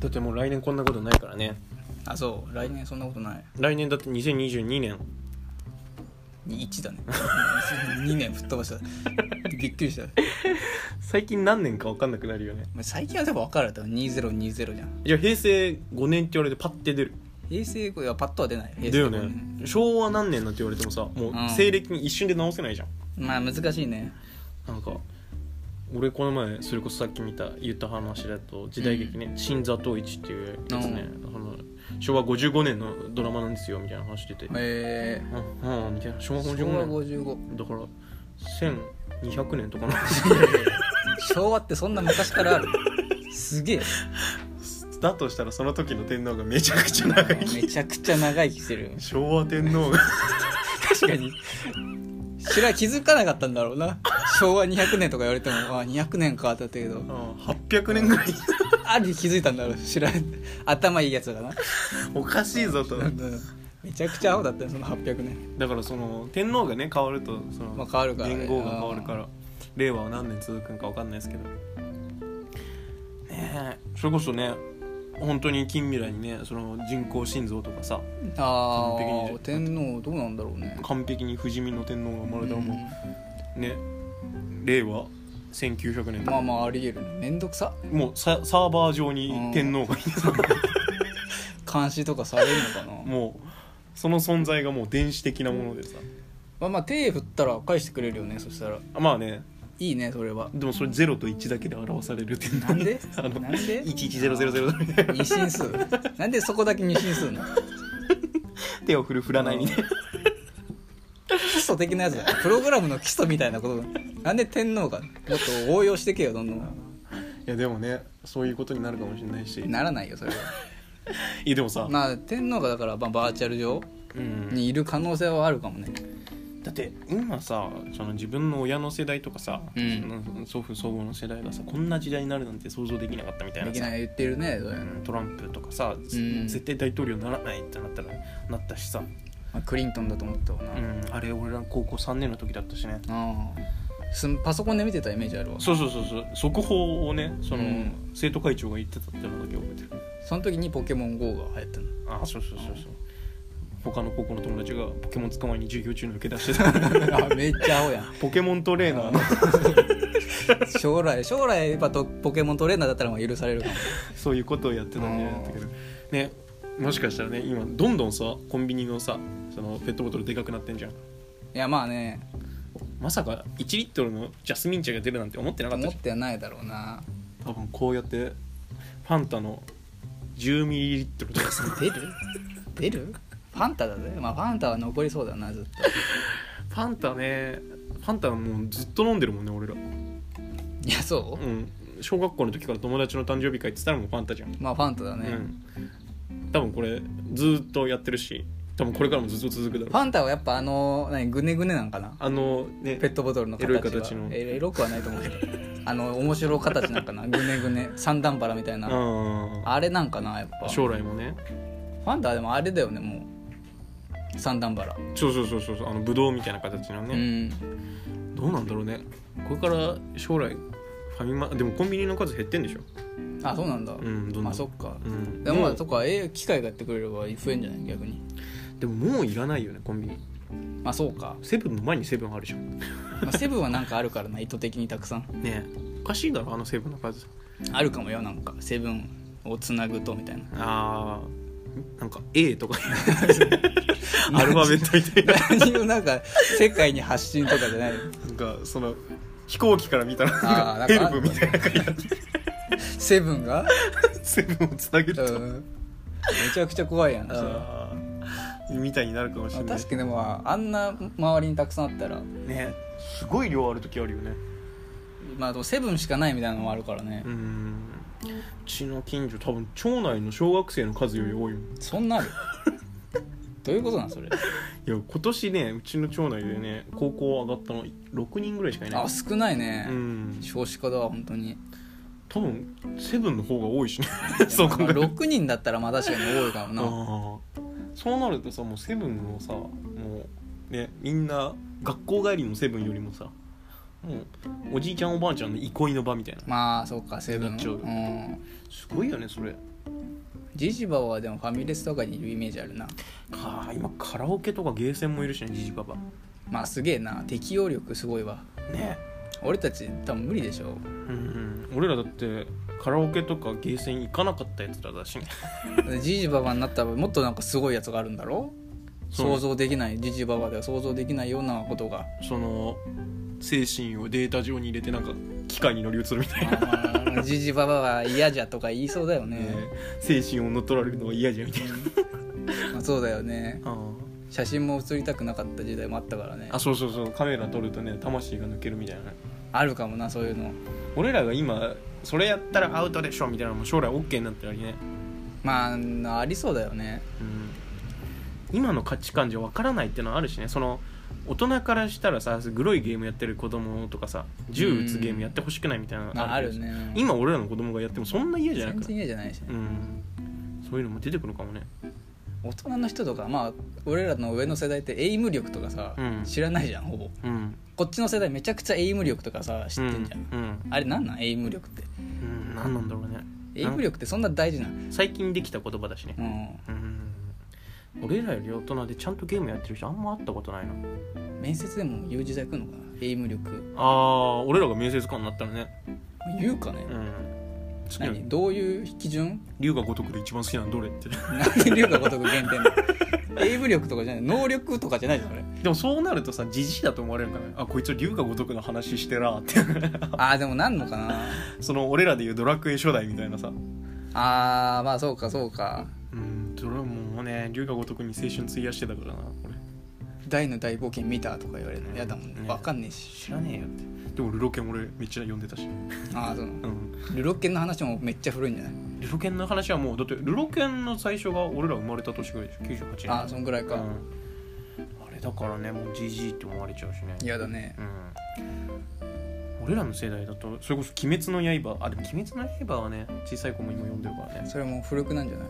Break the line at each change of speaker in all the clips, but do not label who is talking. だってもう来年こんなことないからね
あそう来年そんなことない
来年だって2022年
1だね2年吹っ飛ばしたびっくりした
最近何年か分かんなくなるよね
まあ最近は多分分かるだろ2020じゃん
いや平成5年って言われてパッて出る
平成5はパッとは出ない
だ
平成
よ
五年
ね昭和何年なんて言われてもさも
ん
う西暦に一瞬で直せないじゃん
まあ難しいね
なんか俺この前それこそさっき見た言った話だと時代劇ね「新座統一」っていうやつねその昭和55年のドラマなんですよみたいな話してて「
ええ
うんうん」みたいな昭和
ー、昭和
55
55
年だから1200年とかの
昭和ってそんな昔からあるすげえ
だとしたらその時の天皇がめちゃくちゃ長生き
めちゃくちゃ長生きしてる
昭和天皇が
確かに知ら気づかなかったんだろうな昭和200年とか言われてもあ200年かってなったけど
800年ぐらい
ある日気づいたんだろう知らん頭いいやつだな
おかしいぞと
うんめちゃくちゃ青だったよその800年
だからその天皇がね変わるとその、
まあ変わるから
元
ね
号が変わるから令和は何年続くんか分かんないですけどねえそれこそね本当に近未来にねその人工心臓とかさ
あ
完璧
あ
に
天皇どうなんだろうね
完璧に不死身の天皇が生まれたら
う
もうね令和1900年
ん
と
まあ
か
まあありえるねめんどくさ
もうササーバー上に天皇がい
監視とかされるのかな
るもうその存在がもう電子的なものでさ
まあまあ手振ったら返してくれるよねそしたら
あまあね
いいねそれは
でもそれ0と1だけで表される天皇
なんで
あの
なんで
11000みたいな
二 進数なんでそこだけ二進数なの
手を振る振らないみたいな
基礎的なやつだプログラムの基礎みたいなことなんで天皇がもっと応用してけよどんどん
いやでもねそういうことになるかもしれないし
ならないよそれはい
やでも さ、
まあ天皇がだから、まあ、バーチャル上
うん、
にいる可能性はあるかもね
だって今さその自分の親の世代とかさ、
うん
その祖父祖母の世代がさこんな時代になるなんて想像できなかったみたい
で
な
き
さ
ない言ってるねそれ、
うんトランプとかさ、
ん
絶対大統領にならないってなったらなったしさ、
まあ、クリントンだと思ったわな、
うん、あれ俺ら高校3年の時だったしね
ああすパソコンで見てたイメージあるわ
そうそうそうそう速報をねその、
うん
生徒会長が言ってたっていうのだけ覚えてる
その時にポケモン GO が流行ったの
あそうそうそうそう他の高校の友達がポケモン捕まえに授業中に受け出してた
あ めっちゃ青やん
ポケモントレーナーの
将来将来やっぱとポケモントレーナーだったらまあ許されるかも
そういうことをやってたんじゃないんだけどねもしかしたらね今どんどんさコンビニのさそのペットボトルでかくなってんじゃん
いやまあね
まさか1リットルのジャスミン茶が出るなんて思ってなかった
思
じ
ってはないだろうな
ゃん多分こうやってファンタの10ミリリットルとかさ
出る出るファンタだぜまあファンタは残りそうだなずっと
ファンタねファンタはもうずっと飲んでるもんね俺らう
いやそう、
ん小学校の時から友達の誕生日会って言ったらもうファンタじゃん、
まあファンタだね、
うん多分これずっとやってるし多分これからもずっと続くだろ
フ
う
ァンタはやっぱあの何グネグネなんかな
あのね
ペットボトルの形
エ
は
ロい形の
えエロくはないと思うけどあの面白い形なんかなグネグネ三段腹みたいな、
うん
あれなんかなやっぱフ
将来もね
ァンタはでもあれだよねもう三段腹、
そうそうそうそうそうあのブドウみたいな形の
う
ね、
ん
どうなんだろうねこれから将来ファミマでもコンビニの数減ってんでしょ
あそうなんだ、
うんどんどん
まあそっか、
うん
でもまあ
もう
そっかえ機械がやってくれれば増えんじゃない逆に
でももういらないよねコンビニ
まあそうか、
セブンの前にセブンあるじゃんね
まあ、セブンはなんかあるからな意 図的にたくさん
えおかしいだろあのセブンの数
あるかもよなんかセブンをつなぐとみたいな
あーなんか A とか アルファベットみたいな
何をなんか世界に発信とかじゃない
なんかその飛行機から見たら
あ
なんかヘ
ーな
ルプ
んか
みたいな書いてある
セブンが、
セブンをつなげる
う
と
ん、めちゃくちゃ怖いやんそれま
あーみたいになるかもし
あ
れない
確かにでもまああんな周りにたくさんあったら
ねすごい量ある時あるよね
まあでもセブンしかないみたいなのもあるからね
うーんうちの近所多分町内の小学生の数より多いもんい
そんなあるどういうことな んそれ
や今年ねうちの町内でね高校上がったの6人ぐらいしかいない
あ少ないね、
うん
少子化だわ本当に
多分セブンの方が多いしね そう考
まあ
える
6人だったらまあ確かに多いか
と
もな
あーそうなるとさもうセブンのさもうねみんな学校帰りのセブンよりもさもうおじいちゃんおばあちゃんの憩いの場みたいな
まあそうかセブン
なっちゃうよ
ん
すごいよねそれ
ジジババはでもファミレスとかにいるイメージあるな
か今カラオケとかゲーセンもいるしねジジババ
まあすげえな適応力すごいわ
ね
俺たち多分無理で しょ
うんうん俺らだってカラオケとかゲーセン行かなかったやつらだしね
ジジババになったらもっとなんかすごいやつがあるんだろ
そう
想像できないジジババでは想像できないようなことが
その精神をデータ上に入れてなんか機械に乗り移るみたいな、
ああジジババは嫌じゃとか言いそうだよね、
ね精神を乗っ取られるのは嫌じゃんみたいな
まあ、そうだよね
あ
写真も写りたくなかった時代もあったからね
あそうそうそうカメラ撮るとね魂が抜けるみたいな
あるかもなそういうの
俺らが今それやったらアウトでしょみたいなのも将来 OK になったらね、
まあありそうだよね
うん、今の価値観じゃわからないってのはあるしねその大人からしたらさグロいゲームやってる子供とかさ銃撃つゲームやってほしくないみたいなの
まああ
けど
るね
今俺らの子供がやってもそんな嫌じゃな
全
くて、
然嫌じゃないしね
うん、そういうのも出てくるかもね
大人の人とかまあ俺らの上の世代ってエイム力とかさ、
うん
知らないじゃんほぼ
うん
こっちの世代めちゃくちゃエイム力とかさ知ってんじゃん、
うん、うん
あれなんなんエイム力って
うん、何なんだろうね
エイム力ってそんな大事なん
最近できた言葉だしね
う
うん俺らより大人でちゃんとゲームやってる人あんま会ったことないなん
面接でも言う時代来んのかなエイム力
ああ俺らが面接官になったらね
言うかね、
うん次の
何どういう基準
龍が如くで一番好きなのどれって
なんで龍が如く減点だエイム力とかじゃない能力とかじゃない じゃんそれ
でもそうなるとさじじいだと思われるんかなあこいつ龍が如くの話してらーって
ああでもなんのかな
その俺らでいうドラクエ初代みたいなさ
あーまあそうかそうか
うんそれはもうね龍が如くに青春費やしてたからな俺
大の大冒険見たとか言われるの嫌だもんね
ね
分かんねえし
知らねえよってでもルロケン俺めっちゃ読んでたし
ああそう
うん
ルロケンの話もめっちゃ古いんじゃない
ルロケンの話はもうだってルロケンの最初が俺ら生まれた年ぐらいでしょ98年
ああそんぐらいか
うんあれだからねもう GG って思われちゃうしね
嫌だね
うん俺らの世代だとそれこそ「鬼滅の刃」あでも「鬼滅の刃」はね小さい子も今読んでるからね
それも古くなんじゃない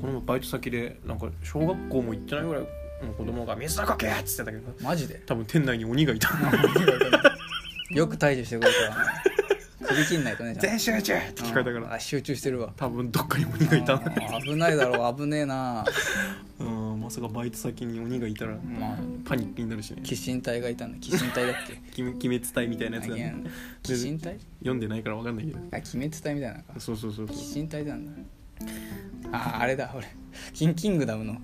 このバイト先でなんか小学校も行ってないぐらいの子供が「水のかけ!」っつってたけど
マジで
多分店内に鬼がいた
よく退治してくれたわ首切んないと
「
ねちゃんと
全集中!」って 聞かれたか
うん
ら
あ集中してるわ
多分どっかに鬼がいたんだけど
あー危ないだろう危ね えな
うんまさかバイト先に鬼がいたら
まあ
パニックになるしね
鬼神隊がいたんだ鬼神隊だっけ
鬼鬼滅隊みた いなやつだ、
何や
ね、
鬼神隊
読んでないから分かんないけど
あ鬼滅隊みたいなのか
そうそうそうそう
鬼神隊なんだあーあれだ俺キンキングダムの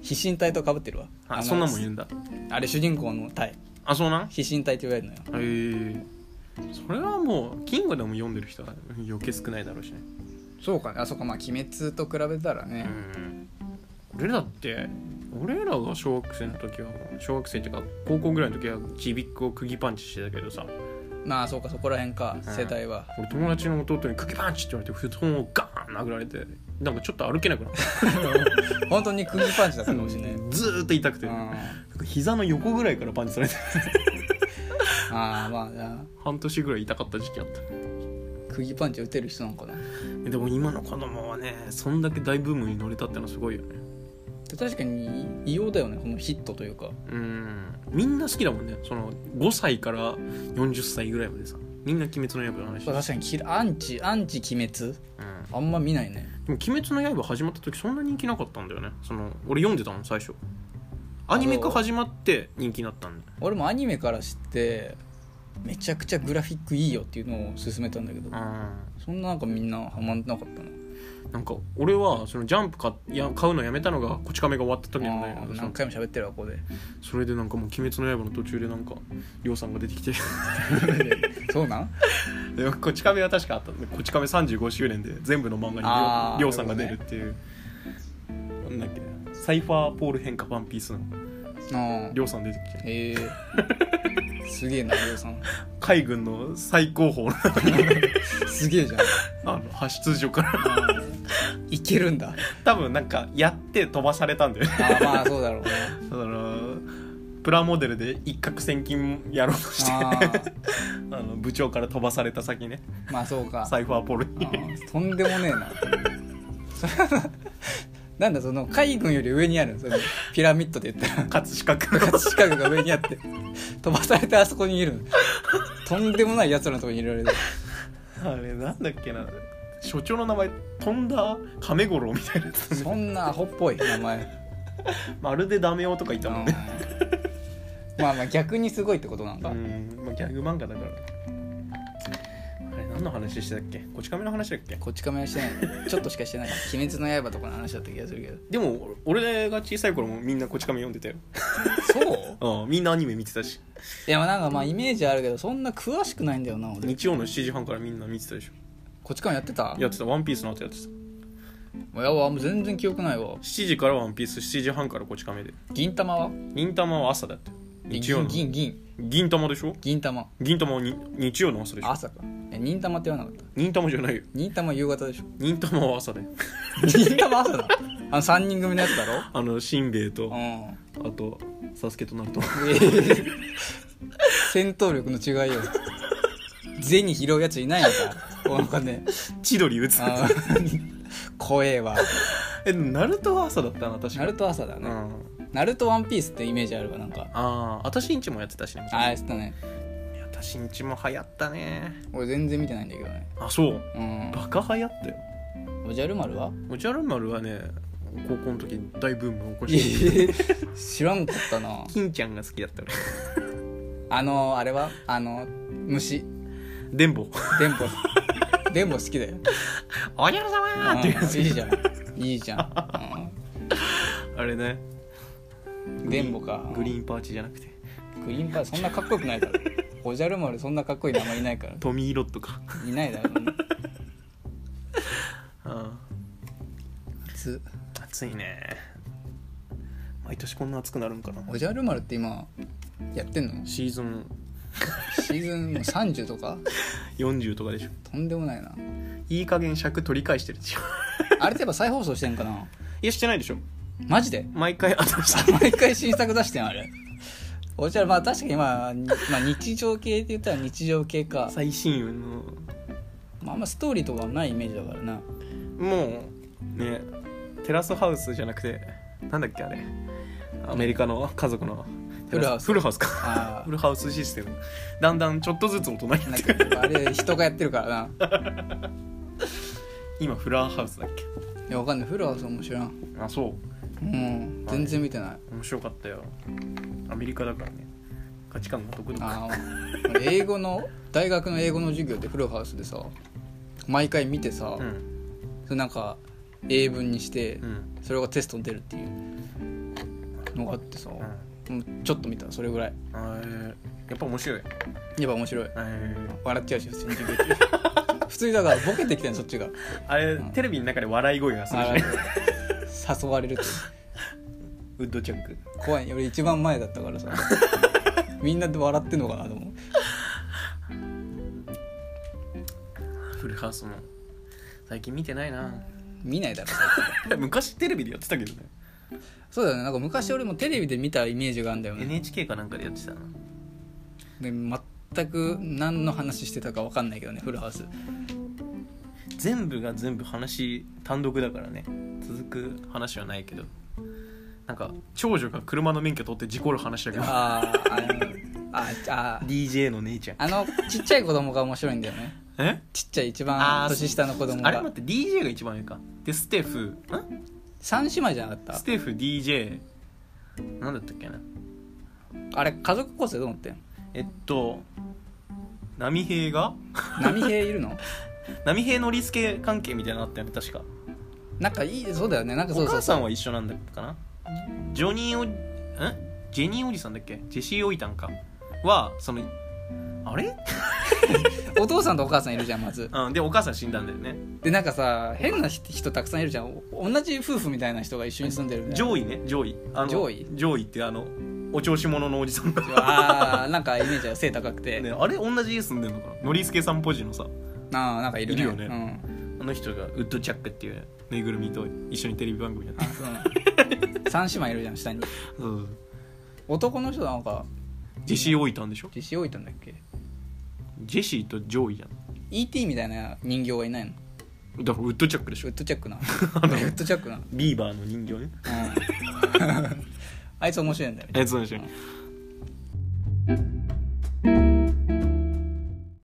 飛神隊とかぶってるわ
あ
の
そんなもん言うんだ
あれ主人公の隊
あそうなんへ
飛神隊って言われるのよ
えそれはもうキングダム読んでる人は余計少ないだろうしね
そうかねあそこまあ鬼滅と比べたら
う
ね、
ん俺らって俺らが小学生の時は小学生っていうか高校ぐらいの時はちびっこを釘パンチしてたけどさ
まあそうかそこら辺か、
うん
世代は
俺友達の弟に釘パンチって言われて布団をガーン殴られてなんかちょっと歩けなくなっ
本当に釘パンチだった
た
かもしれない、うん
ずーっと痛くてなん
あ
か膝の横ぐらいからパンチさ れて
あまあじゃあ
半年ぐらい痛かった時期あった
釘パンチ打てる人なのかな
でも今の子供はねそんだけ大ブームに乗れたってのはすごいよね
で確かに異様だよねこのヒットというか
うんみんな好きだもんねその5歳から40歳ぐらいまでさみんな「鬼滅の刃」の話、うん、で
確かにきアンチアンチ鬼滅あんま見ないね
も「鬼滅の刃」始まった時そんな人気なかったんだよねその俺読んでたもん最初アニメ化始まって人気になったんだよ
俺もアニメから知ってめちゃくちゃグラフィックいいよっていうのを勧めたんだけど
う
そんななんかみんなハマんなかったなん
なんか俺はそのジャンプかや買うのやめたのが「こち亀」が終わった時なんだ
あ
よ
ー
そ
何
の
回も喋ってるわこ こで
それでなんかもう「鬼滅の刃」の途中でなんかりょうさんが出てきて
そうなん
でこち亀は確かあったんでこち亀35周年で全部の漫画
あ
にり
ー
ょうりょうさんが出るっていう、なんだっけサイファーポール変化ワンピースの
あ
りょうさん出てきて
へえすげえなりょうさん
海軍の最高峰の
すげえじゃん
あの派出所から
いけるんだ
多分なんかやって飛ばされたんだよね
あーまあそうだろうね
だからプラモデルで一攫千金やろうとして
あ
あ
ー
の部長から飛ばされた先ね
まあそうか
サイファーポール
あ
に
ーとんでもねえな それはなんだその海軍より上にあるそのピラミッドで言ったら
葛飾区の
葛飾区が上にあって飛ばされてあ そこにいるのとんでもないやつらのとこにいられる
あれなんだっけな所長の名前飛んだ亀五郎みたいなやつ
そんなアホっぽい名前
まるでダメ男とかいたもんね、
うんまあまあ逆にすごいってことなん
う
だ、
んまあ、ギャグ漫画だからあれ何の話してたっけこち亀の話だっけ
こっち亀はしてないのちょっとしかしてない「鬼滅の刃」とかの話だった気がするけど
でも俺が小さい頃もみんなこち亀読んでたよ
そう
うんみんなアニメ見てたし
いやまあなんかまあイメージあるけどそんな詳しくないんだよな俺
日曜の7時半からみんな見てたでしょ
こっち亀やってた
やってた「ワンピースの後やってた
いやもう全然記憶ないわ
7時から「ワンピース7時半からこち亀で
銀玉は
銀玉は朝だって日曜の
銀銀銀
銀玉でしょ
銀玉
銀玉はに日曜の朝でしょ
朝かいや銀玉って言わなかった
銀玉じゃないよ
銀玉夕方でしょ
銀玉は朝で
銀玉朝だあの3人組のやつだろ
あのしんべヱと
うん
あとサスケとナルト
戦闘力の違いよ銭拾うやついないのかおなんかね
千鳥打つ
あー 怖えわ
えでもナルトは朝だったな確か
ナルト朝だ
う
ね
ん
ナルトワンピースってイメージあるわなんか
ああ私んちもやってたしね
ああやってたね
私んちも流行ったね
俺全然見てないんだけどね
あそう
うん
バカ流行ったよ
おじゃる丸は
おじゃる丸はね高校の時に大ブームを起こして
知らんかったな
金ちゃんが好きだった俺
あのあれはあの虫
電ボ
電ボ電ボ好きだよ
おじゃる様ーっていうや
うんいい
つ
じゃんいいじゃん、
あれね
うん、電ボか
グリーンパーチじゃなくて
グリーンパーそんなかっこよくないだろおじゃる丸そんなかっこいい名前いないから
トミーロットか
いないだろそんな
うん
つ
暑いね毎年こんな暑くなるんかな
おじゃる丸って今やってんの
シーズン
シーズンもう30と か
40とかでしょ
とんでもないない
い加減尺取り返してるでしょ
あれってやっぱ再放送してんかない
やしてないでしょ
マジで
毎回新しい
毎回新作出してんあれおじゃるまあ確かにまあ、にまあ、日常系って言ったら日常系か
最新の
まあ、あんまストーリーとかはないイメージだからな
もうねテラスハウスじゃなくてなんだっけあれアメリカの家族のテラフルハウスか
あ
フルハウスシステムだんだんちょっとずつ大人になっ
あ
て
なんかあれ人がやってるからな
今フラーハウスだっけ
いやわかんないフルハウス面白いな
あそう
うん全然見てない
面白かったよアメリカだからね価値観が独特
ああ俺英語の大学の英語の授業でフルハウスでさ毎回見てさ、
うん
それなんか英文にして
うん
それがテストに出るっていうのがあってさ、
うん
うんちょっと見たそれぐらい
えーやっぱ面白い
やっぱ面白い
えー
笑っちゃうし普通 に授業中普通にだからボケてきたのそっちが
あれ、
ん
テレビの中で笑い声がするし
あ
ね
ー誘われるっていう
ウッドチャック
怖い俺一番前だったからさみんなで笑ってんのかなと思う
フルハウスも最近見てないな
見ないだろ最近
昔テレビでやってたけどね
そうだよねなんか昔俺もテレビで見たイメージがあるんだよね
NHK かなんかでやってたな
で全く何の話してたか分かんないけどねフルハウス
全部が全部話単独だからね続く話はないけどなんか長女が車の免許取って事故る話だけど
あーあのああ
DJ の姉ちゃん
あのちっちゃい子供が面白いんだよね
え
ちっちゃい一
あ
番
ー
年下の子供
あれ待っ
が
て DJ が一番上かでステフん
三姉妹じゃなかっ
ステフ DJ なんだったっけな
たあれ家族構成どう思ってん
えっと波平が
波平いるの
波平のりつけ関係みたいなのあったよね確か
なんかいいそうだよねなんかそ
お
うそ
母
うそ
さ
うん
は一緒なんだっけかなジョニーおんジェニーおじさんだっけジェシーおいたんかはそのあれ、
お父さんとお母さんいるじゃんまず
うん、でお母さん死んだんだよね
でなんかさ変な人人たくさんいるじゃんお同じ夫婦みたいな人が一緒に住んでるみたいな
上位ね上位あの
上位
上位ってあのお調子者のおじさんが、
あーなんかイメージは背高くて、
ね、あれ同じ家住んでるのかなのりすけさんポジのさ
あーなんかいるね
いるよね
うん
あの人がウッドチャックっていうぬいぐるみと一緒にテレビ番組やって
あ
る
そう三姉妹いるじゃん下に
そうそう
男の人なんか
ジェシーおいたんでしょ
実施置いたんだっけ
ジェシーと上位じゃん
ET みたいな人形はいないの
だからウッドチャックでし
ウ
ょ
ッドチャック なウッ ドチャックな、うん、
ビーバーの人形ね
あいつ面白いんだよね
えそうでしょ